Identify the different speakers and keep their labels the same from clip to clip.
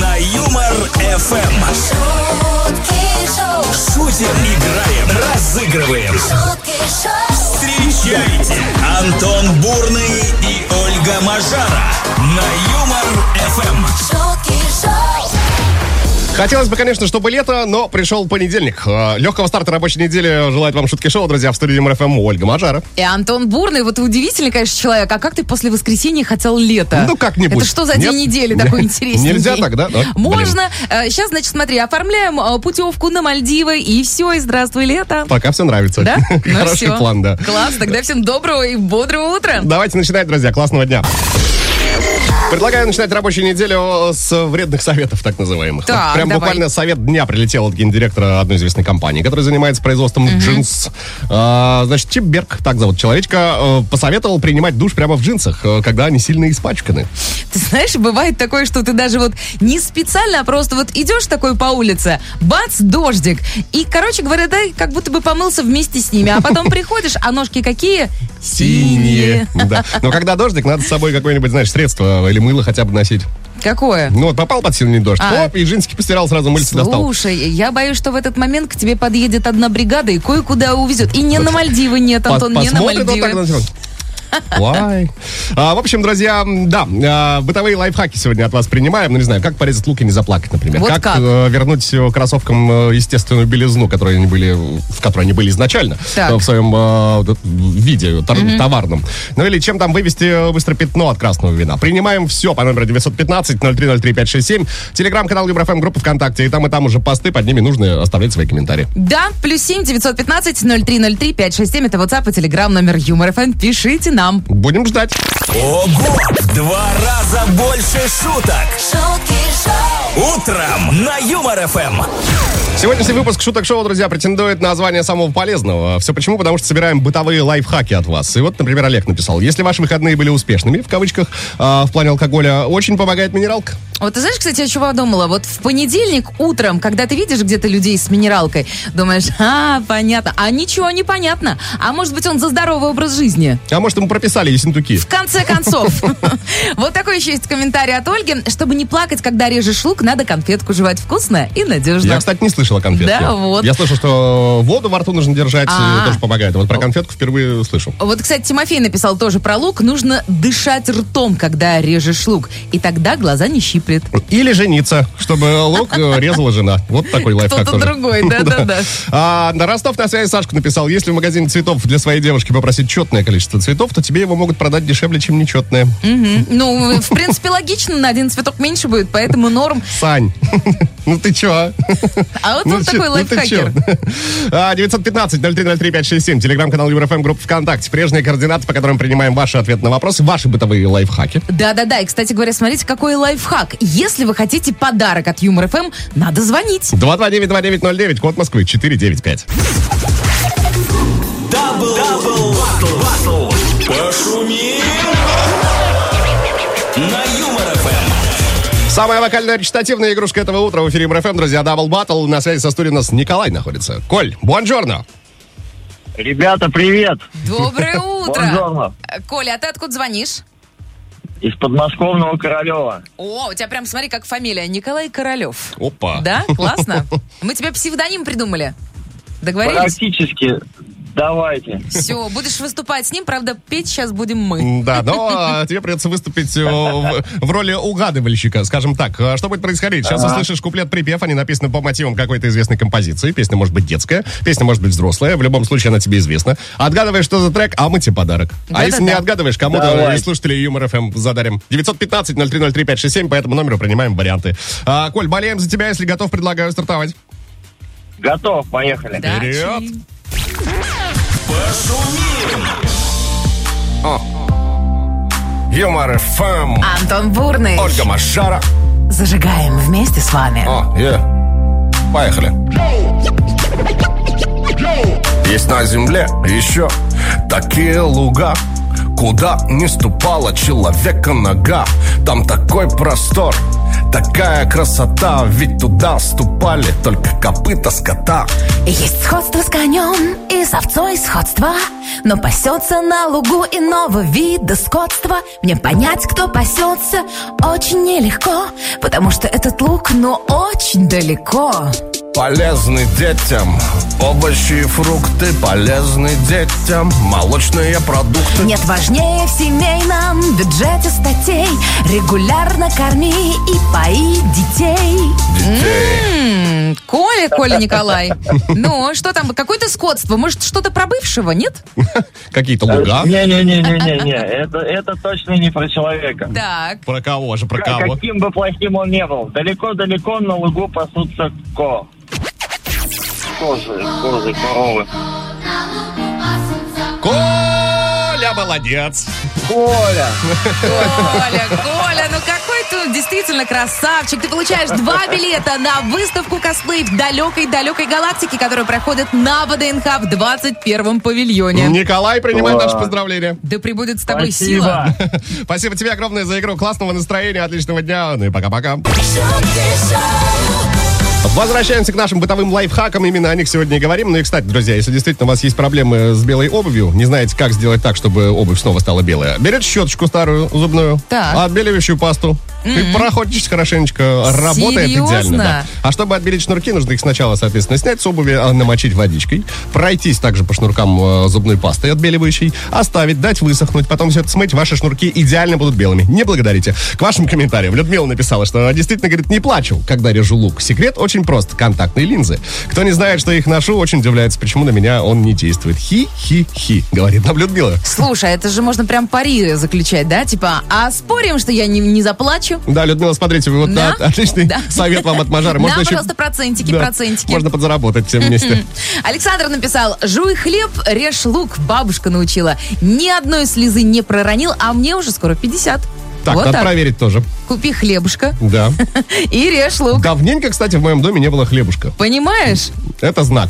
Speaker 1: На Юмор ФМ. Шутим, играем, разыгрываем. Встречайте Антон Бурный и Ольга Мажара на Юмор Эм. ФМ.
Speaker 2: Хотелось бы, конечно, чтобы лето, но пришел понедельник. Э, Легкого старта рабочей недели желает вам шутки шоу, друзья, в студии МРФМ Ольга Мажара.
Speaker 3: И Антон Бурный, вот ты удивительный, конечно, человек. А как ты после воскресенья хотел лето?
Speaker 2: Ну, как-нибудь.
Speaker 3: Это что за
Speaker 2: Нет?
Speaker 3: день недели такой интересный?
Speaker 2: Нельзя так, да? Да, блин.
Speaker 3: Можно. Сейчас, значит, смотри, оформляем э, путевку на Мальдивы, и все, и здравствуй, лето.
Speaker 2: Пока все нравится.
Speaker 3: Да? Ну
Speaker 2: Хороший
Speaker 3: всё.
Speaker 2: план, да.
Speaker 3: Класс, тогда всем доброго и бодрого утра.
Speaker 2: Давайте начинать, друзья. Классного дня. Предлагаю начинать рабочую неделю с вредных советов, так называемых.
Speaker 3: Так,
Speaker 2: Прям
Speaker 3: давай.
Speaker 2: буквально совет дня прилетел от гендиректора одной известной компании, которая занимается производством джинс. А, значит, Чипберг, так зовут человечка, э, посоветовал принимать душ прямо в джинсах, э, когда они сильно испачканы.
Speaker 3: Ты знаешь, бывает такое, что ты даже вот не специально, а просто вот идешь такой по улице, бац, дождик. И, короче говоря, да, как будто бы помылся вместе с ними. А потом приходишь, а ножки какие?
Speaker 2: Да. Но когда дождик, надо с собой какое-нибудь, знаешь, средство или мыло хотя бы носить.
Speaker 3: Какое?
Speaker 2: Ну вот попал под сильный дождь,
Speaker 3: А.
Speaker 2: оп, и джинсики постирал, сразу мыльце достал.
Speaker 3: Слушай, я боюсь, что в этот момент к тебе подъедет одна бригада и кое-куда увезет. И не на Мальдивы нет,
Speaker 2: Пос-
Speaker 3: Антон, не на
Speaker 2: посмотрит вот так на
Speaker 3: Мальдивы.
Speaker 2: него. Why? А, в общем, друзья, м, да, а, бытовые лайфхаки сегодня от вас принимаем. Ну, не знаю, как порезать лук и не заплакать, например.
Speaker 3: Вот как?
Speaker 2: э, вернуть э, кроссовкам э, естественную белизну, которые они были, в которой они были изначально,
Speaker 3: Так.
Speaker 2: э, в своем э, вот этом виде тор- товарном. Ну или чем там вывести э, быстро пятно от красного вина. Принимаем все по номеру 915-0303-567, телеграм-канал Юбрафм, группа ВКонтакте, и там и там уже посты, под ними нужно оставлять свои комментарии.
Speaker 3: Да, плюс семь девятьсот пятнадцать ноль три ноль три пять шесть семь. Это WhatsApp и Telegram номер Юмор ФМ. Пишите нам.
Speaker 2: Будем ждать.
Speaker 1: Ого! В Два раза больше шуток. Утром на Юмор Эм. ФМ.
Speaker 2: Сегодняшний выпуск «Шуток шоу», друзья, претендует на звание самого полезного. Все почему? Потому что собираем бытовые лайфхаки от вас. И вот, например, Олег написал, если ваши выходные были успешными, в кавычках, а, в плане алкоголя, очень помогает минералка.
Speaker 3: Вот ты знаешь, кстати, я чего подумала? Вот в понедельник утром, когда ты видишь где-то людей с минералкой, думаешь, а, понятно. А ничего не понятно. А может быть, он за здоровый образ жизни?
Speaker 2: А может, ему прописали ессентуки?
Speaker 3: В конце концов. Вот такой еще есть комментарий от Ольги. Чтобы не плакать, когда режешь лук, надо конфетку жевать вкусно и
Speaker 2: Я,
Speaker 3: надежно.
Speaker 2: кстати, не слышал о конфетке.
Speaker 3: Да, вот.
Speaker 2: Я слышал, что воду во рту нужно держать, и
Speaker 3: А.
Speaker 2: тоже помогает. А Вот про конфетку впервые слышал.
Speaker 3: Вот, кстати, Тимофей написал тоже про лук. Нужно дышать ртом, когда режешь лук. И тогда глаза не щиплет.
Speaker 2: Или жениться, чтобы лук э, резала жена. Вот такой лайфхак
Speaker 3: Кто-то
Speaker 2: тоже.
Speaker 3: другой, да-да-да.
Speaker 2: А, на Ростов на связи Сашка написал, если в магазине цветов для своей девушки попросить четное количество цветов, то тебе его могут продать дешевле, чем нечетное.
Speaker 3: Мгм. Ну, в принципе, логично, на один цветок меньше будет, поэтому норм.
Speaker 2: Сань, ну ты чё?
Speaker 3: А вот он
Speaker 2: Ну чё-
Speaker 3: такой
Speaker 2: ты
Speaker 3: лайфхакер.
Speaker 2: чё? А, 915-0303-567, телеграм-канал Юрфм, группа ВКонтакте. Прежние координаты, по которым принимаем ваши ответы на вопросы, ваши бытовые лайфхаки.
Speaker 3: Да-да-да, и, кстати говоря, смотрите, какой лайфхак. Если вы хотите подарок от Юмор ФМ, надо звонить.
Speaker 2: 229-2909, код Москвы, 495.
Speaker 1: Дабл, дабл, батл, батл. Пошумим. На Юмор Эм. ФМ.
Speaker 2: Самая вокальная речитативная игрушка этого утра в эфире МРФМ, друзья, Дабл Баттл. На связи со студией у нас Николай находится. Коль, буонжорно.
Speaker 4: Ребята, привет!
Speaker 3: Доброе утро.
Speaker 4: Бонжорно!
Speaker 3: Коля, а ты откуда звонишь?
Speaker 4: Из подмосковного Королева.
Speaker 3: О, у тебя прям, смотри, как фамилия. Николай Королев.
Speaker 2: Опа.
Speaker 3: Да? Классно. Мы тебе псевдоним придумали. Договорились?
Speaker 4: Практически. Давайте.
Speaker 3: Все, будешь выступать с ним, правда, петь сейчас будем мы.
Speaker 2: М, Да, но э, тебе придется выступить э, в, в роли угадывальщика, скажем так. Э, Что будет происходить? Сейчас услышишь куплет-припев, они написаны по мотивам какой-то известной композиции. Песня может быть детская, песня может быть взрослая. В любом случае, она тебе известна. Отгадываешь, что за трек, а мы тебе подарок. а
Speaker 3: Да-да-да.
Speaker 2: если не отгадываешь, кому-то
Speaker 4: Давай.
Speaker 2: из слушателей Юмор ФМ задарим. 915-0303-567, по этому номеру принимаем варианты. А, Коль, болеем за тебя, если готов, предлагаю стартовать.
Speaker 4: Готов, поехали.
Speaker 3: Удачи.
Speaker 2: Вперед. Юмор ФМ,
Speaker 3: Антон Бурный.
Speaker 2: Машара.
Speaker 3: Зажигаем вместе с вами.
Speaker 2: О, е. Поехали. Есть на земле еще такие луга, куда не ступала человека нога. Там такой простор, такая красота, ведь туда ступали только копыта скота.
Speaker 5: Есть сходство с конем и с овцой сходство, но пасется на лугу иного вида скотства. Мне понять, кто пасется, очень нелегко, потому что этот лук, но очень далеко.
Speaker 6: Полезны детям овощи и фрукты, полезны детям молочные продукты.
Speaker 5: Нет важнее в семейном бюджете статей регулярно корми и пои детей.
Speaker 6: Детей.
Speaker 3: М, Коля, Коля Николай. Ну, что там, какое-то скотство? Может, что-то про бывшего, нет?
Speaker 2: Какие-то луга.
Speaker 4: Не-не-не-не-не-не, это, это точно не про человека.
Speaker 3: Так.
Speaker 2: Про кого же, про
Speaker 4: Как-
Speaker 2: кого?
Speaker 4: Каким бы плохим он не был, далеко-далеко на лугу пасутся ко. Козы, козы, коровы.
Speaker 2: Коля молодец.
Speaker 4: Коля!
Speaker 3: Коля, Коля, ну какой ты действительно красавчик. Ты получаешь два билета на выставку косплей в далекой-далекой галактике, которая проходит на ВДНХ в 21-м павильоне.
Speaker 2: Николай принимает
Speaker 4: Ура.
Speaker 2: наше поздравление.
Speaker 3: Да прибудет с тобой сила.
Speaker 4: Спасибо!
Speaker 2: Спасибо тебе огромное за игру. Классного настроения, отличного дня. Ну и пока-пока. Возвращаемся к нашим бытовым лайфхакам. Именно о них сегодня и говорим. Ну и, кстати, друзья, если действительно у вас есть проблемы с белой обувью, не знаете, как сделать так, чтобы обувь снова стала белая, берете щеточку старую зубную,
Speaker 3: Так.
Speaker 2: отбеливающую пасту и проходитесь хорошенечко. Работает идеально. да.
Speaker 3: Серьезно?
Speaker 2: А чтобы отбелить шнурки, нужно их сначала, соответственно, снять с обуви, а, намочить водичкой, пройтись также по шнуркам э, зубной пастой отбеливающей, оставить, дать высохнуть, потом все это смыть, ваши шнурки идеально будут белыми. Не благодарите. К вашим комментариям. Людмила написала, что она действительно, говорит, не плачу, когда режу лук. Секрет очень прост. Контактные линзы. Кто не знает, что я их ношу, очень удивляется, почему на меня он не действует. Хи-хи-хи, говорит нам Людмила.
Speaker 3: Слушай, это же можно прям пари заключать, да? Типа, а спорим, что я не, не заплачу?
Speaker 2: Да, Людмила, смотрите, вы вот
Speaker 3: Да?
Speaker 2: от- отличный
Speaker 3: Да.
Speaker 2: совет вам от Мажары.
Speaker 3: Да,
Speaker 2: еще-
Speaker 3: пожалуйста, процентики,
Speaker 2: Да.
Speaker 3: процентики.
Speaker 2: Можно подзаработать всем вместе.
Speaker 3: Александр написал, жуй хлеб, режь лук, бабушка научила. Ни одной слезы не проронил, а мне уже скоро 50.
Speaker 2: Так,
Speaker 3: вот
Speaker 2: надо
Speaker 3: так.
Speaker 2: проверить тоже.
Speaker 3: Купи хлебушка
Speaker 2: Да.
Speaker 3: и режь лук.
Speaker 2: Давненько, кстати, в моем доме не было хлебушка.
Speaker 3: Понимаешь?
Speaker 2: Это знак.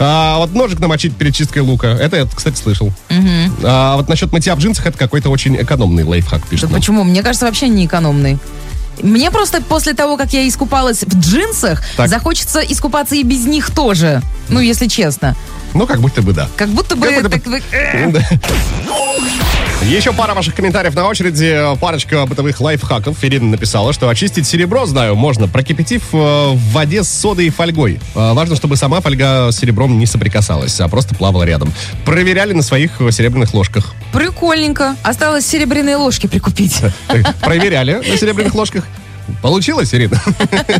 Speaker 2: А, вот ножик намочить перед чисткой лука. Это я, кстати, слышал. А вот насчет мытья в джинсах, это какой-то очень экономный лайфхак,
Speaker 3: Да
Speaker 2: пишет нам.
Speaker 3: почему? Мне кажется, вообще не экономный. Мне просто после того, как я искупалась в джинсах,
Speaker 2: Так.
Speaker 3: захочется искупаться и без них тоже. Ну, если честно.
Speaker 2: Ну, как будто бы да.
Speaker 3: Как будто бы...
Speaker 2: Как будто бы-
Speaker 3: так вы- э,
Speaker 2: Да. Еще пара ваших комментариев на очереди. Парочка бытовых лайфхаков. Ирина написала, что очистить серебро, знаю, можно, прокипятив э, в воде с содой и фольгой. Э, важно, чтобы сама фольга с серебром не соприкасалась, а просто плавала рядом. Проверяли на своих э, серебряных ложках.
Speaker 3: Прикольненько. Осталось серебряные ложки прикупить.
Speaker 2: Проверяли на серебряных ложках. Получилось, Ирина?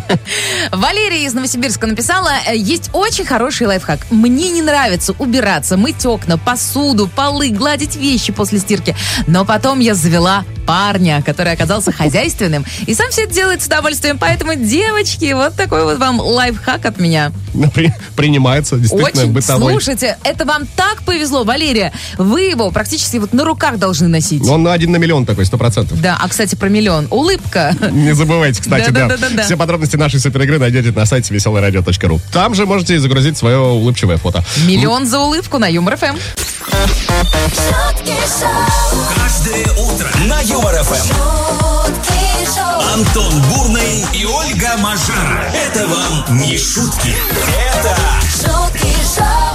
Speaker 3: Валерия из Новосибирска написала, э, есть очень хороший лайфхак. Мне не нравится убираться, мыть окна, посуду, полы, гладить вещи после стирки. Но потом я завела парня, который оказался хозяйственным. И сам все это делает с удовольствием. Поэтому, девочки, вот такой вот вам лайфхак от меня.
Speaker 2: При- Принимается, действительно,
Speaker 3: Очень.
Speaker 2: бытовой.
Speaker 3: Слушайте, это вам так повезло, Валерия. Вы его практически вот на руках должны носить.
Speaker 2: Он на один на миллион такой, сто процентов.
Speaker 3: Да, а, кстати, про миллион. Улыбка.
Speaker 2: Не забывайте, кстати, да.
Speaker 3: Да-да-да-да-да.
Speaker 2: Все подробности нашей суперигры найдете на сайте веселорадио.ру. Там же можете и загрузить свое улыбчивое фото.
Speaker 3: Миллион за улыбку на Юмор ФМ.
Speaker 1: Каждое утро на Юмор ФМ. Антон Бурный и Ольга Мажара. Это вам не шутки. Это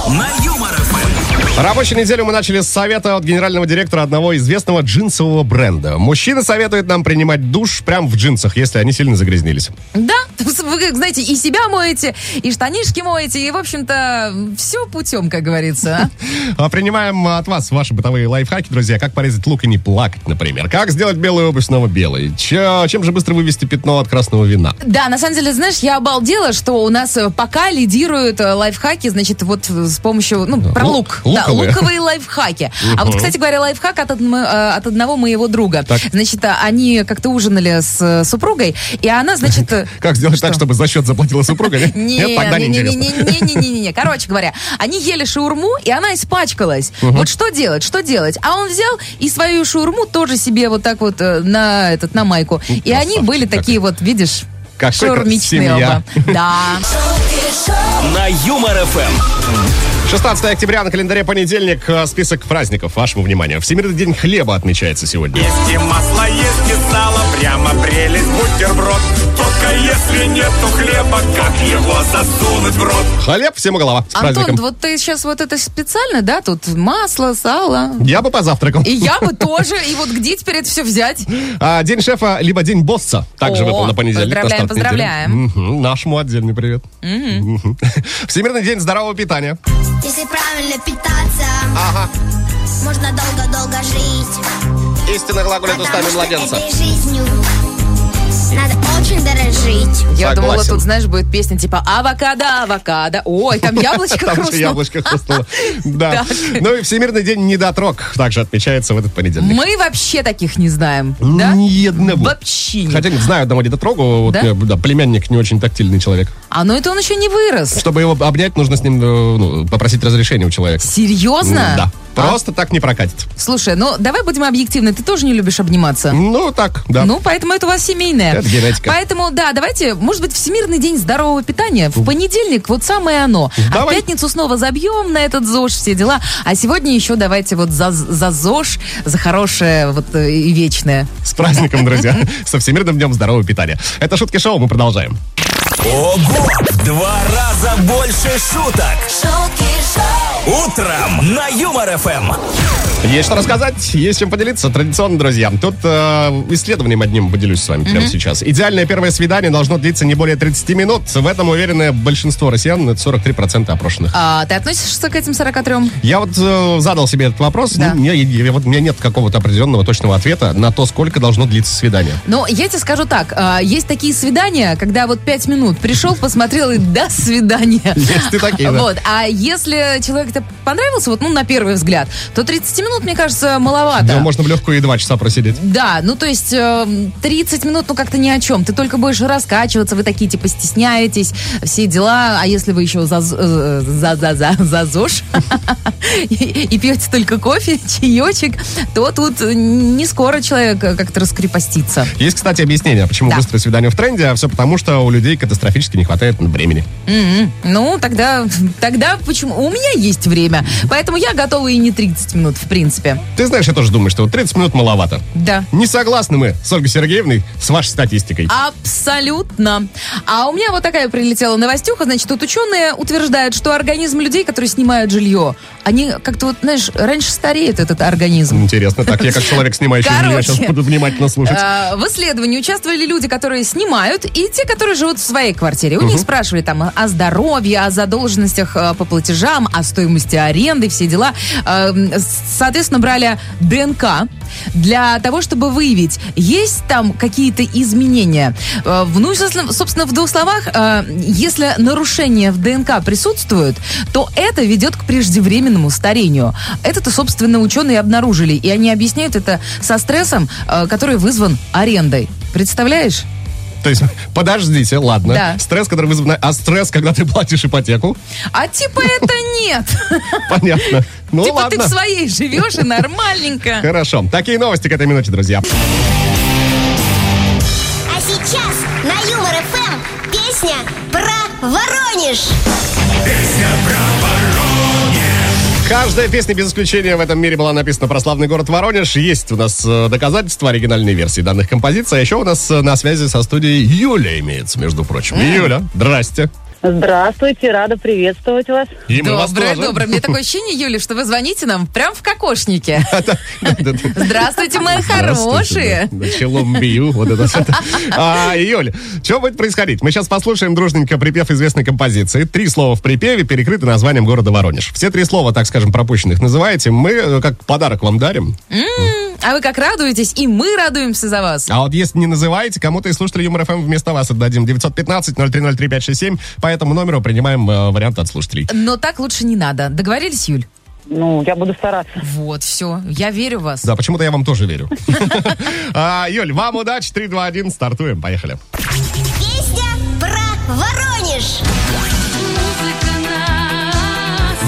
Speaker 1: на Юмор ФМ.
Speaker 2: Рабочую неделю мы начали с совета от генерального директора одного известного джинсового бренда. Мужчина советует нам принимать душ прямо в джинсах, если они сильно загрязнились.
Speaker 3: Да, вы, как знаете, и себя моете, и штанишки моете, и, в общем-то, все путем, как говорится. а.
Speaker 2: А Принимаем от вас ваши бытовые лайфхаки, друзья. Как порезать лук и не плакать, например. Как сделать белую обувь снова белой. Че- чем же быстро вывести пятно от красного вина?
Speaker 3: Да, на самом деле, знаешь, я обалдела, что у нас э, пока лидируют э, лайфхаки, значит, вот э, с помощью, ну, про лук.
Speaker 2: лук-
Speaker 3: Да,
Speaker 2: луковые.
Speaker 3: луковые лайфхаки. А вот, кстати говоря, лайфхак от, одно- э, от одного моего друга.
Speaker 2: Так.
Speaker 3: Значит, а, они как-то ужинали с э, супругой, и она, значит... э,
Speaker 2: Как сделать так, чтобы за счет заплатила супруга? Нет, Нет, тогда не интересно.
Speaker 3: Не-не-не-не-не-не. Короче говоря, они ели шаурму, и она испачкалась. Вот что делать, что делать? А он взял и свою шаурму тоже себе вот так вот э, на этот на майку.
Speaker 2: Ну,
Speaker 3: И они были такие вот, видишь,
Speaker 2: Какой крас-
Speaker 3: шаурмичные
Speaker 2: семья.
Speaker 3: оба. Да.
Speaker 1: На Юмор ФМ.
Speaker 2: 16 октября на календаре понедельник. Э, Список праздников. Вашему вниманию. Всемирный день хлеба отмечается сегодня.
Speaker 7: Есть и масло, есть и сало, прямо прелесть, будь бутерброд Только если нету хлеба, как его засунуть в рот
Speaker 2: Хлеб всем и голова. С
Speaker 3: Антон,
Speaker 2: праздником.
Speaker 3: вот ты сейчас вот это специально, да, тут масло, сало.
Speaker 2: Я бы позавтракал.
Speaker 3: И я бы тоже. И вот где теперь это все взять?
Speaker 2: А, день шефа, либо день босса. Также
Speaker 3: О,
Speaker 2: выпал на понедельник. на
Speaker 3: поздравляем,
Speaker 2: старт недели.
Speaker 3: поздравляем.
Speaker 2: Мгм, Нашему отдельный привет. Мгм. Всемирный день здорового питания.
Speaker 8: Если правильно питаться,
Speaker 2: Ага.
Speaker 8: можно долго-долго жить.
Speaker 2: Истина глаголит
Speaker 8: Потому что этой жизнью надо очень дорожить.
Speaker 3: Я
Speaker 2: Согласен.
Speaker 3: думала, тут, знаешь, будет песня типа «Авокадо, авокадо». Ой, там яблочко
Speaker 2: Там же
Speaker 3: хрустнуло.
Speaker 2: яблочко хрустнуло. Да.
Speaker 3: Так.
Speaker 2: Ну и Всемирный день недотрог также отмечается в этот понедельник.
Speaker 3: Мы вообще таких не знаем, да?
Speaker 2: Ну, Ни одного.
Speaker 3: Вообще не.
Speaker 2: Хотя, нет, знаю одного недотрогу, вот,
Speaker 3: Да?
Speaker 2: э, да, племянник не очень тактильный человек.
Speaker 3: А ну это он еще не вырос.
Speaker 2: Чтобы его обнять, нужно с ним э, ну, попросить разрешения у человека.
Speaker 3: Серьезно?
Speaker 2: Да. Просто так не прокатит.
Speaker 3: Слушай, ну давай будем объективны. Ты тоже не любишь обниматься.
Speaker 2: Ну, так, да.
Speaker 3: А. Ну, поэтому это у вас семейное.
Speaker 2: Это генетика.
Speaker 3: Поэтому, да, давайте, может быть, Всемирный день здорового питания. В понедельник вот самое оно. А в
Speaker 2: Давай.
Speaker 3: пятницу снова забьем на этот ЗОЖ все дела. А сегодня еще давайте вот за, за ЗОЖ, за хорошее вот э, и вечное.
Speaker 2: С праздником, друзья. Со Всемирным днем здорового питания. Это Шутки-шоу, мы продолжаем.
Speaker 1: Ого! В Два раза больше шуток. Утром на Юмор ФМ.
Speaker 2: Есть что рассказать, есть чем поделиться. Традиционно, друзья, тут э, исследованием одним поделюсь с вами прямо сейчас. Идеальное первое свидание должно длиться не более 30 минут. В этом уверены большинство россиян, это 43% опрошенных.
Speaker 3: А, ты относишься к этим 43?
Speaker 2: Я вот э, задал себе этот вопрос.
Speaker 3: Да.
Speaker 2: Ну, мне- я- вот у меня нет какого-то определенного точного ответа на то, сколько должно длиться свидание.
Speaker 3: Но я тебе скажу так, а, есть такие свидания, когда вот пять минут пришел, посмотрел и до свидания.
Speaker 2: Есть и такие, да.
Speaker 3: Вот, а если человек-то понравился, вот, ну, на первый взгляд, то 30 минут, мне кажется, маловато.
Speaker 2: Да, можно в легкую и два часа просидеть.
Speaker 3: Да, ну то есть э, 30 минут, ну как-то ни о чем. Ты только будешь раскачиваться, вы такие типа стесняетесь, все дела. А если вы еще за э, за за за, за ЗОЖ и, и пьете только кофе, чаечек, то тут не скоро человек э, как-то раскрепостится.
Speaker 2: Есть, кстати, объяснение, почему
Speaker 3: Да.
Speaker 2: быстрое свидание в тренде, а все потому, что у людей катастрофически не хватает времени.
Speaker 3: Мгм. Ну, тогда, тогда почему? У меня есть время, поэтому я готова и не 30 минут, в принципе.
Speaker 2: Ты знаешь, я тоже думаю, что вот 30 минут маловато.
Speaker 3: Да.
Speaker 2: Не согласны мы с Ольгой Сергеевной, с вашей статистикой.
Speaker 3: Абсолютно. А у меня вот такая прилетела новостюха. Значит, тут ученые утверждают, что организм людей, которые снимают жилье, они как-то вот, знаешь, раньше стареет этот организм.
Speaker 2: Интересно, так я как человек, снимающий жилье,
Speaker 3: Короче.
Speaker 2: сейчас буду внимательно слушать.
Speaker 3: Э, В исследовании участвовали люди, которые снимают, и те, которые живут в своей квартире. У них спрашивали там о здоровье, о задолженностях э, по платежам, о стоимости аренды, все дела. Э, м, с- Соответственно, брали ДНК для того, чтобы выявить, есть там какие-то изменения. Э, в- Ну, и, собственно, собственно, в двух словах, э, если нарушения в ДНК присутствуют, то это ведет к преждевременному старению. Это-то, собственно, ученые обнаружили. И они объясняют это со стрессом, э, который вызван арендой. Представляешь?
Speaker 2: То есть, подождите, ладно.
Speaker 3: Да.
Speaker 2: Стресс, который вызван... А стресс, когда ты платишь ипотеку?
Speaker 3: А типа это нет.
Speaker 2: Понятно. Ну,
Speaker 3: Типа ты
Speaker 2: ладно.
Speaker 3: в своей живешь и нормальненько.
Speaker 2: Хорошо. Такие новости к этой минуте, друзья.
Speaker 8: А сейчас на Юмор ФМ песня про Воронеж.
Speaker 2: Каждая песня без исключения в этом мире была написана про славный город Воронеж. Есть у нас э, доказательства оригинальной версии данных композиций. А еще у нас э, на связи со студией Юля имеется, между прочим. Юля, здрасте.
Speaker 9: Здравствуйте, рада приветствовать вас.
Speaker 2: И мы вас
Speaker 3: Доброе,
Speaker 2: тоже.
Speaker 3: доброе. Мне такое ощущение, Юля, что вы звоните нам прям в кокошнике. Здравствуйте, мои
Speaker 2: Здравствуйте,
Speaker 3: хорошие.
Speaker 2: да. Челом бью. Вот это всё. А, Юль, что будет происходить? Мы сейчас послушаем дружненько припев известной композиции. Три слова в припеве перекрыты названием города Воронеж. Все три слова, так скажем, пропущенных называете. Мы э, как подарок вам дарим.
Speaker 3: А вы как радуетесь, и мы радуемся за вас.
Speaker 2: А вот если не называете, кому-то из слушателей Юмор ФМ вместо вас отдадим. 915-0303-567. По этому номеру принимаем э, вариант от слушателей.
Speaker 3: Но так лучше не надо. Договорились, Юль?
Speaker 9: Ну, я буду стараться.
Speaker 3: Вот, все. Я верю в вас.
Speaker 2: Да, почему-то я вам тоже верю. А, Юль, вам удачи. 3, 2, 1. Стартуем. Поехали.
Speaker 8: Песня про Воронеж.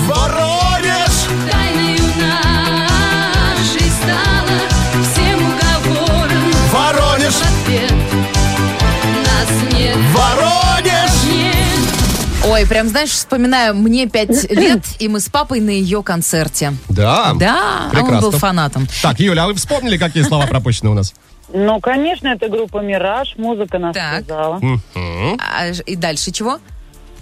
Speaker 1: Воронеж! Воронеж! Воронеж!
Speaker 3: Ой, прям, знаешь, вспоминаю, мне пять лет, и мы с папой на ее концерте.
Speaker 2: Да.
Speaker 3: Да, а он
Speaker 2: Прекрасно.
Speaker 3: был фанатом.
Speaker 2: Так, Юля, а вы вспомнили, какие слова пропущены у нас?
Speaker 9: Ну, конечно, это группа «Мираж», музыка нас
Speaker 3: Так.
Speaker 9: связала.
Speaker 3: А ж- и дальше чего?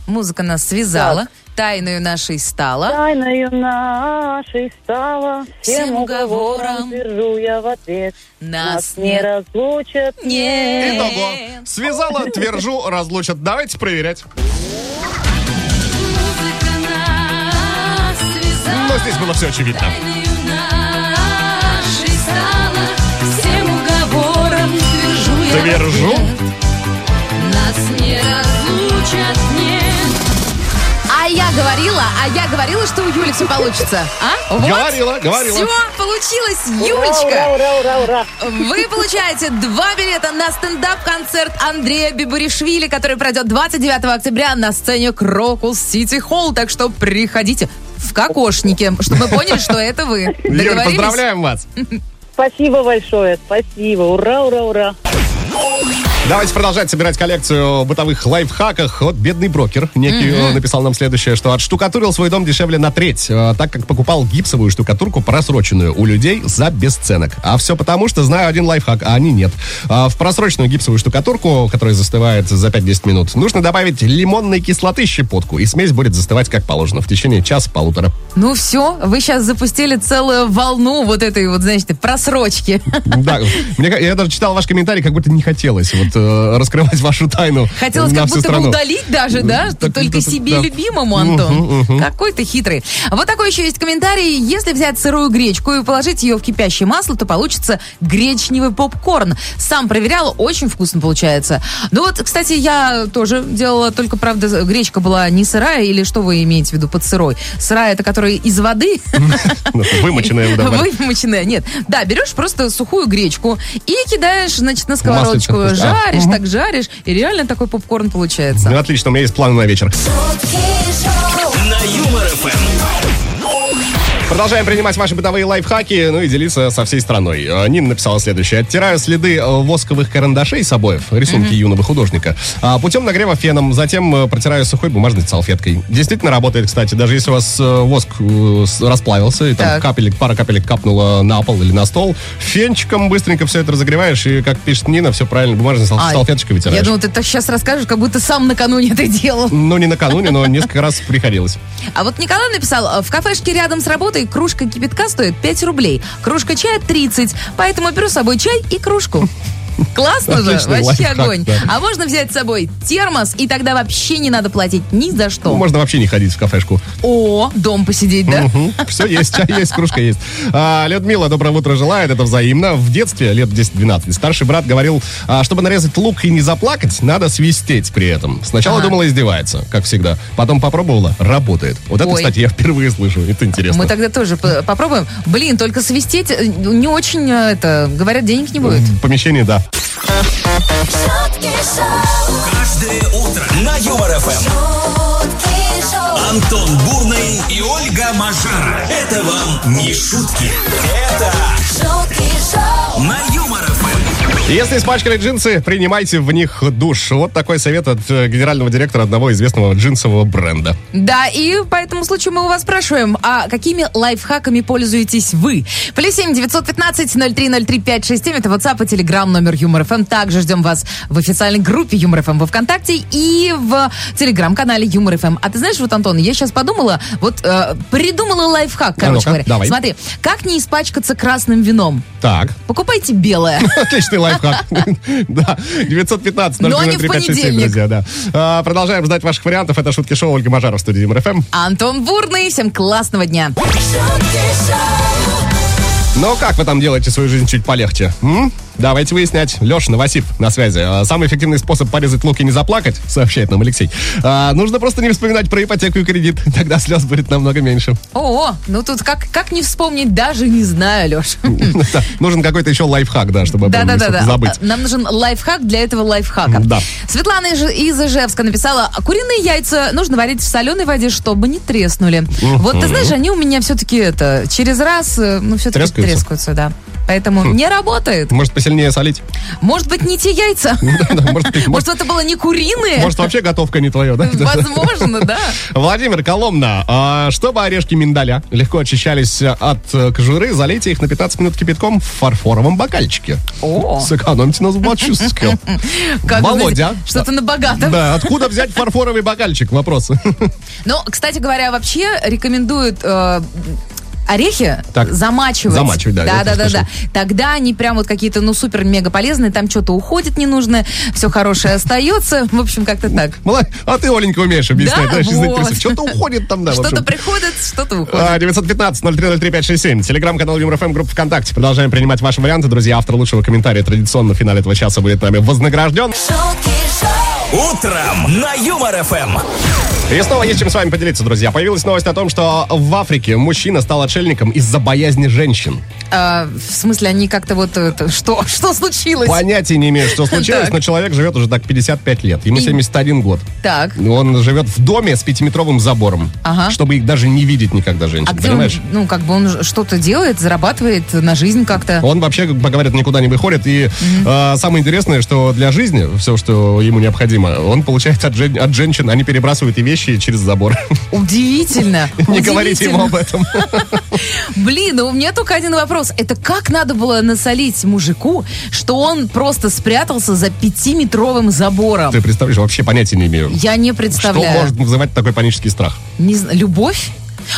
Speaker 3: Музыка нас связала, тайною нашей стала.
Speaker 9: Тайна нашей стала, всем,
Speaker 3: Всем уговорам
Speaker 9: уговорам держу я в ответ.
Speaker 3: Нас
Speaker 9: не
Speaker 3: нет.
Speaker 9: разлучат.
Speaker 3: Нет.
Speaker 2: Итого. Связала, твержу, разлучат. Давайте проверять. Но здесь было все очевидно.
Speaker 3: Всем уговорам
Speaker 2: Твержу.
Speaker 3: А я говорила, а я говорила, что у Юли все получится. А? Вот.
Speaker 2: Говорила, говорила.
Speaker 3: Все, получилось,
Speaker 9: Ура,
Speaker 3: Юлечка.
Speaker 9: ура, ура, ура, ура.
Speaker 3: Вы получаете два билета на стендап-концерт Андрея Бибуришвили, который пройдет 29 октября на сцене Крокус Сити Холл. Так что приходите в кокошнике, чтобы мы поняли, что это вы.
Speaker 2: Юль,
Speaker 3: Договорились?
Speaker 2: поздравляем вас.
Speaker 9: Спасибо большое, спасибо. Ура, ура, ура.
Speaker 2: Давайте продолжать собирать коллекцию бытовых лайфхаках. Вот бедный брокер некий э, написал нам следующее, что отштукатурил свой дом дешевле на треть, э, так как покупал гипсовую штукатурку просроченную у людей за бесценок. А все потому, что знаю один лайфхак, а они нет. А В просроченную гипсовую штукатурку, которая застывает за 5-10 минут, нужно добавить лимонной кислоты щепотку, и смесь будет застывать как положено в течение часа-полутора.
Speaker 3: Ну все, вы сейчас запустили целую волну вот этой вот, знаете, просрочки.
Speaker 2: Да, мне ка- я даже читал ваш комментарий, как будто не хотелось вот э, раскрывать вашу тайну
Speaker 3: Хотелось
Speaker 2: на
Speaker 3: как
Speaker 2: всю
Speaker 3: будто бы
Speaker 2: страну.
Speaker 3: удалить даже, да? что
Speaker 2: Так,
Speaker 3: Только
Speaker 2: да,
Speaker 3: себе
Speaker 2: да.
Speaker 3: любимому, Антон. Какой ты хитрый. Вот такой еще есть комментарий. Если взять сырую гречку и положить ее в кипящее масло, то получится гречневый попкорн. Сам проверял, очень вкусно получается. Ну вот, кстати, я тоже делала, только, правда, гречка была не сырая, или что вы имеете в виду под сырой? Сырая, это которая из воды,
Speaker 2: Ну, Вымоченная удавать.
Speaker 3: Вымоченная, нет. Да, берешь просто сухую гречку и кидаешь, значит, на сковородочку.
Speaker 2: Маслице, то есть, а,
Speaker 3: Жаришь, так жаришь, и реально такой попкорн получается.
Speaker 2: Ну, отлично, у меня есть план на вечер.
Speaker 1: На Юмор ФМ.
Speaker 2: Продолжаем принимать ваши бытовые лайфхаки, ну и делиться со всей страной. Э, Нина написала следующее. Оттираю следы э, восковых карандашей с обоев, рисунки юного художника, а путем нагрева феном, затем э, протираю сухой бумажной салфеткой. Действительно работает, кстати, даже если у вас э, воск э, с- расплавился, и там
Speaker 3: Так.
Speaker 2: капелек, пара капелек капнула на пол или на стол, фенчиком быстренько все это разогреваешь, и, как пишет Нина, все правильно, бумажной сал-
Speaker 3: Ай,
Speaker 2: салфеточкой
Speaker 3: Я
Speaker 2: вытираешь.
Speaker 3: думала, ты так сейчас расскажешь, как будто сам накануне это делал.
Speaker 2: Ну, не накануне, но несколько раз приходилось.
Speaker 3: А вот Николай написал, в кафешке рядом с работой кружка кипятка стоит 5 рублей, кружка чая 30, поэтому беру с собой чай и кружку. Классно же,
Speaker 2: Отличный
Speaker 3: вообще
Speaker 2: лайфхак,
Speaker 3: огонь.
Speaker 2: да.
Speaker 3: А можно взять с собой термос, и тогда вообще не надо платить ни за
Speaker 2: Ну,
Speaker 3: что.
Speaker 2: Можно вообще не ходить в кафешку.
Speaker 3: О, дом посидеть, да?
Speaker 2: Все Ну, есть, чай есть, кружка есть. А, Людмила, доброе утро желает, это взаимно. В детстве, лет 10-12, старший брат говорил, а, чтобы нарезать лук и не заплакать, надо свистеть при этом. Сначала
Speaker 3: Ага.
Speaker 2: думала, издевается, как всегда. Потом попробовала, работает. Вот это,
Speaker 3: Ой.
Speaker 2: кстати, я впервые слышу, это интересно.
Speaker 3: Мы тогда тоже по- попробуем. Блин, только свистеть э, не очень э, это. Говорят, денег не будет.
Speaker 2: В помещении, да.
Speaker 1: Каждое утро на Юмор ФМ. Антон Бурный и Ольга Мажара. Это вам не шутки. Это на Юмор ФМ.
Speaker 2: Если испачкали джинсы, принимайте в них душ. Вот такой совет от э, генерального директора одного известного джинсового бренда.
Speaker 3: Да, и по этому случаю мы у вас спрашиваем, а какими лайфхаками пользуетесь вы? Плюс семь девятьсот пятнадцать ноль три ноль три пять шесть семь. Это WhatsApp и Telegram номер Юмор ФМ. Также ждем вас в официальной группе Юмор ФМ во ВКонтакте и в Телеграм-канале Юмор ФМ. А ты знаешь, вот, Антон, я сейчас подумала, вот э, придумала
Speaker 2: А
Speaker 3: лайфхак,
Speaker 2: ну-ка,
Speaker 3: короче говоря.
Speaker 2: давай.
Speaker 3: Смотри, как не испачкаться красным вином?
Speaker 2: Так,
Speaker 3: Покупайте белое.
Speaker 2: Отличный лайфхак. Да, 915
Speaker 3: Но не в
Speaker 2: 09357, друзья, да. А, Продолжаем ждать ваших вариантов. Это шутки шоу Ольга Мажаров в студии МРФМ.
Speaker 3: Антон Бурный. Всем классного дня.
Speaker 2: Но как вы там делаете свою жизнь чуть полегче? м? Давайте выяснять. Леша Новосип на связи. А, Самый эффективный способ порезать лук и не заплакать, сообщает нам Алексей. а, Нужно просто не вспоминать про ипотеку и кредит. Тогда слез будет намного меньше.
Speaker 3: О, ну тут как, как не вспомнить, даже не знаю, Леш.
Speaker 2: Да, Нужен какой-то еще лайфхак, да, чтобы Ну, об этом не
Speaker 3: Да-да-да.
Speaker 2: забыть.
Speaker 3: Нам нужен лайфхак для этого лайфхака.
Speaker 2: Да.
Speaker 3: Светлана из- из Ижевска написала, куриные яйца нужно варить в соленой воде, чтобы не треснули. Вот ты знаешь, они у меня все-таки это, через раз, э, ну все-таки
Speaker 2: Трескаются? Хм.
Speaker 3: трескаются, да. Поэтому не работает.
Speaker 2: Может, посильнее солить?
Speaker 3: Может быть, не те яйца?
Speaker 2: Да-да, Может, ты-
Speaker 3: Может, это было не куриные?
Speaker 2: может, вообще готовка не твоя, да?
Speaker 3: Возможно, да.
Speaker 2: Владимир Коломна, а, чтобы орешки миндаля легко очищались от э, кожуры, залейте их на 15 минут кипятком в фарфоровом бокальчике.
Speaker 3: О.
Speaker 2: Сэкономьте на зубочистке.
Speaker 3: Как вы знаете,
Speaker 2: Володя.
Speaker 3: Что-то на богатом.
Speaker 2: Да, откуда взять фарфоровый бокальчик? Вопрос.
Speaker 3: Но, Ну, кстати говоря, вообще рекомендуют э, орехи
Speaker 2: Так.
Speaker 3: замачивать.
Speaker 2: Замачивать, да, я
Speaker 3: Да, да,
Speaker 2: это
Speaker 3: да, да.
Speaker 2: слышал.
Speaker 3: Тогда они прям вот какие-то, ну, супер-мега полезные, там что-то уходит ненужное, все хорошее остается. В общем, как-то так.
Speaker 2: Мала- А ты, Оленька, умеешь объяснять,
Speaker 3: Да,
Speaker 2: знаешь, язык
Speaker 3: вот.
Speaker 2: трясет. Что-то уходит там, да, в
Speaker 3: Что-то
Speaker 2: общем.
Speaker 3: приходит, что-то уходит.
Speaker 2: А, 915-0303-567. Телеграм-канал ЮморФМ, группа ВКонтакте. Продолжаем принимать ваши варианты, друзья. Автор лучшего комментария традиционно в финале этого часа будет нами вознагражден.
Speaker 1: Утром на Юмор ФМ.
Speaker 2: И снова есть чем с вами поделиться, друзья. Появилась новость о том, что в Африке мужчина стал отшельником из-за боязни женщин.
Speaker 3: А, в смысле, они как-то вот... это, что? Что случилось?
Speaker 2: Понятия не имею, что случилось,
Speaker 3: Так.
Speaker 2: но человек живет уже так 55 лет. Ему
Speaker 3: И-
Speaker 2: 71 год.
Speaker 3: Так.
Speaker 2: Он живет в доме с пятиметровым забором,
Speaker 3: Ага.
Speaker 2: чтобы их даже не видеть никогда женщин,
Speaker 3: А где он,
Speaker 2: понимаешь?
Speaker 3: ну, как бы он ж- что-то делает, зарабатывает на жизнь как-то?
Speaker 2: Он вообще, как бы говорят, никуда не выходит. И э, самое интересное, что для жизни все, что ему необходимо, он получает от, жен- от женщин. Они перебрасывают и вещи через забор.
Speaker 3: Удивительно.
Speaker 2: Не говорите ему
Speaker 3: удивительно.
Speaker 2: об этом.
Speaker 3: Блин, ну у меня только один вопрос. Это как надо было насолить мужику, что он просто спрятался за пятиметровым забором?
Speaker 2: Ты представляешь, вообще понятия не имею.
Speaker 3: Я не
Speaker 2: Что
Speaker 3: представляю.
Speaker 2: может вызывать такой панический страх?
Speaker 3: Не зн- Любовь?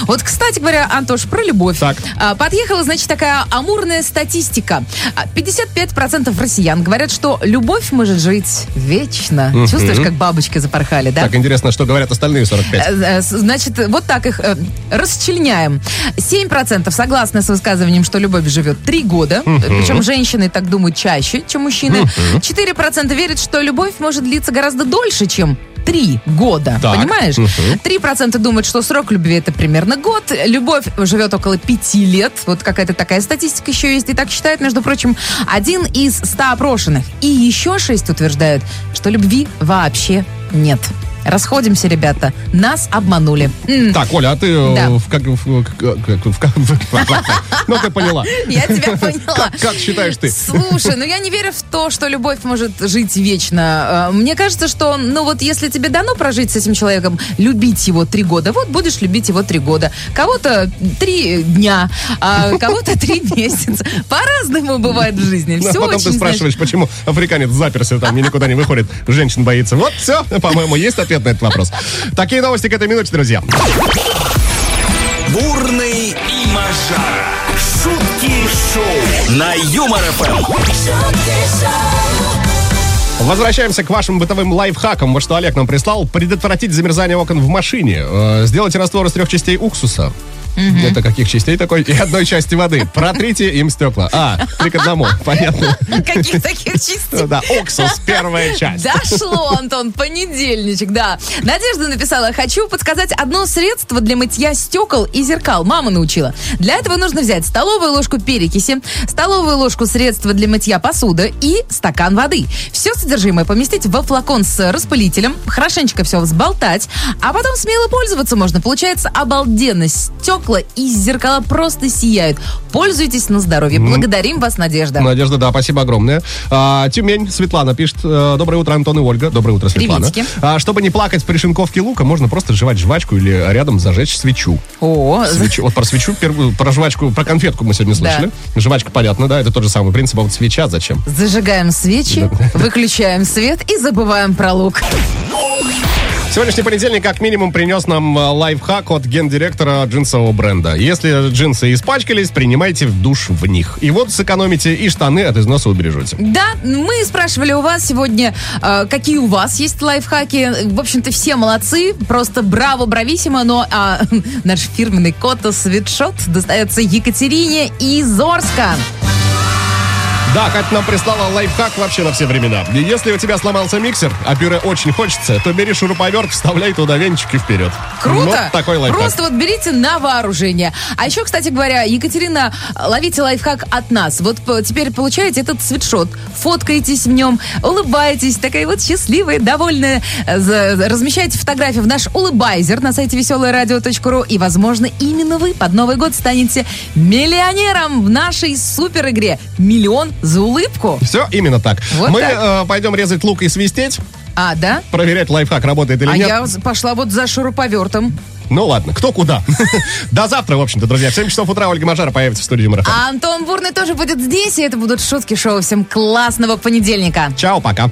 Speaker 3: Вот, кстати говоря, Антош, про любовь.
Speaker 2: Так.
Speaker 3: А, Подъехала, значит, такая амурная статистика. А, 55% россиян говорят, что любовь может жить вечно. Чувствуешь, как бабочки запорхали, да?
Speaker 2: Так, интересно, что говорят остальные 45.
Speaker 3: Э, э, с- Значит, вот так их э, расчленяем. 7% согласны с высказыванием, что любовь живет 3 года. Причем женщины так думают чаще, чем мужчины. 4% верят, что любовь может длиться гораздо дольше, чем 3 года.
Speaker 2: Так.
Speaker 3: Понимаешь? 3% думают, что срок любви это примерно год. Любовь живет около 5 лет. Вот какая-то такая статистика еще есть. И так считает, между прочим, один из 100 опрошенных. И еще 6 утверждают, что любви вообще нет. Расходимся, ребята. Нас обманули. М,
Speaker 2: Так, Оля, а ты э,
Speaker 3: Да.
Speaker 2: в как... в- как- как- в как- в- Ну, ты поняла.
Speaker 3: Я тебя поняла.
Speaker 2: Как считаешь ты?
Speaker 3: Слушай, ну я не верю в то, что любовь может жить вечно. Э, Мне кажется, что, ну вот если тебе дано прожить с этим человеком, любить его три года, вот будешь любить его три года. Кого-то три дня, а кого-то три месяца. По-разному бывает в жизни.
Speaker 2: Ну, а
Speaker 3: Все
Speaker 2: потом ты
Speaker 3: очень, знаешь,
Speaker 2: спрашиваешь, почему африканец заперся там и никуда не выходит, женщин боится. Вот все, по-моему, есть ответ на этот вопрос. Такие новости к этой минуте, друзья.
Speaker 1: Бурный и Мажара. Шутки шоу на Юмор ФМ.
Speaker 2: Возвращаемся к вашим бытовым лайфхакам. Вот что Олег нам прислал. Предотвратить замерзание окон в машине. Э, Сделайте раствор из трех частей уксуса. Это каких частей такой? И одной части воды. Протрите им стекла. А, три к одному. Понятно.
Speaker 3: Каких таких частей?
Speaker 2: Да, уксус, первая часть.
Speaker 3: Дошло, Антон, понедельничек, да. Надежда написала, хочу подсказать одно средство для мытья стекол и зеркал. Мама научила. Для этого нужно взять столовую ложку перекиси, столовую ложку средства для мытья посуды и стакан воды. Все содержимое поместить во флакон с распылителем, хорошенечко все взболтать, а потом смело пользоваться можно. Получается обалденно. Стекла и зеркала просто сияют. Пользуйтесь на здоровье. Благодарим вас, Надежда.
Speaker 2: Надежда, да, спасибо огромное. А, Тюмень, Светлана пишет. э, Доброе утро, Антон и Ольга. Доброе утро, Светлана.
Speaker 3: Приветики.
Speaker 2: А, чтобы не плакать при шинковке лука, можно просто жевать жвачку или рядом зажечь свечу.
Speaker 3: О,
Speaker 2: Свечу. Вот про свечу, первую- про жвачку, про конфетку мы сегодня
Speaker 3: Да.
Speaker 2: слышали. Жвачка, понятно, да, это тот же самый принцип. А вот свеча зачем?
Speaker 3: Зажигаем свечи, выключаем свет и забываем про лук.
Speaker 2: Сегодняшний понедельник как минимум принес нам э, лайфхак от гендиректора джинсового бренда. Если джинсы испачкались, принимайте в душ в них. И вот сэкономите, и штаны от износа убережете.
Speaker 3: Да, мы спрашивали у вас сегодня, э, какие у вас есть лайфхаки. В общем-то, все молодцы, просто браво, брависсимо, но а, наш фирменный кота Свитшот достается Екатерине из Орска.
Speaker 2: Да, Катя нам прислала лайфхак вообще на все времена. И Если у тебя сломался миксер, а пюре очень хочется, то бери шуруповерт, вставляй туда венчики вперед.
Speaker 3: Круто.
Speaker 2: Вот такой лайфхак.
Speaker 3: Просто вот берите на вооружение. А еще, кстати говоря, Екатерина, ловите лайфхак от нас. Вот п- теперь получаете этот свитшот, фоткаетесь в нем, улыбаетесь, такая вот счастливая, довольная. Э, за- Размещайте фотографии в наш улыбайзер на сайте веселорадио.ру и, возможно, именно вы под Новый год станете миллионером в нашей супер игре «Миллион за улыбку».
Speaker 2: Все именно так.
Speaker 3: Вот
Speaker 2: Мы э,
Speaker 3: так.
Speaker 2: пойдем резать лук и свистеть,
Speaker 3: А, да?
Speaker 2: проверять лайфхак, работает или
Speaker 3: а
Speaker 2: нет.
Speaker 3: я з- пошла вот за шуруповертом.
Speaker 2: Ну ладно, кто куда. До завтра, в общем-то, друзья. В 7 часов утра Ольга Мажара появится в студии Марафон.
Speaker 3: А Антон А Бурный тоже будет здесь, и это будут шутки шоу. Всем классного понедельника.
Speaker 2: Чао, пока.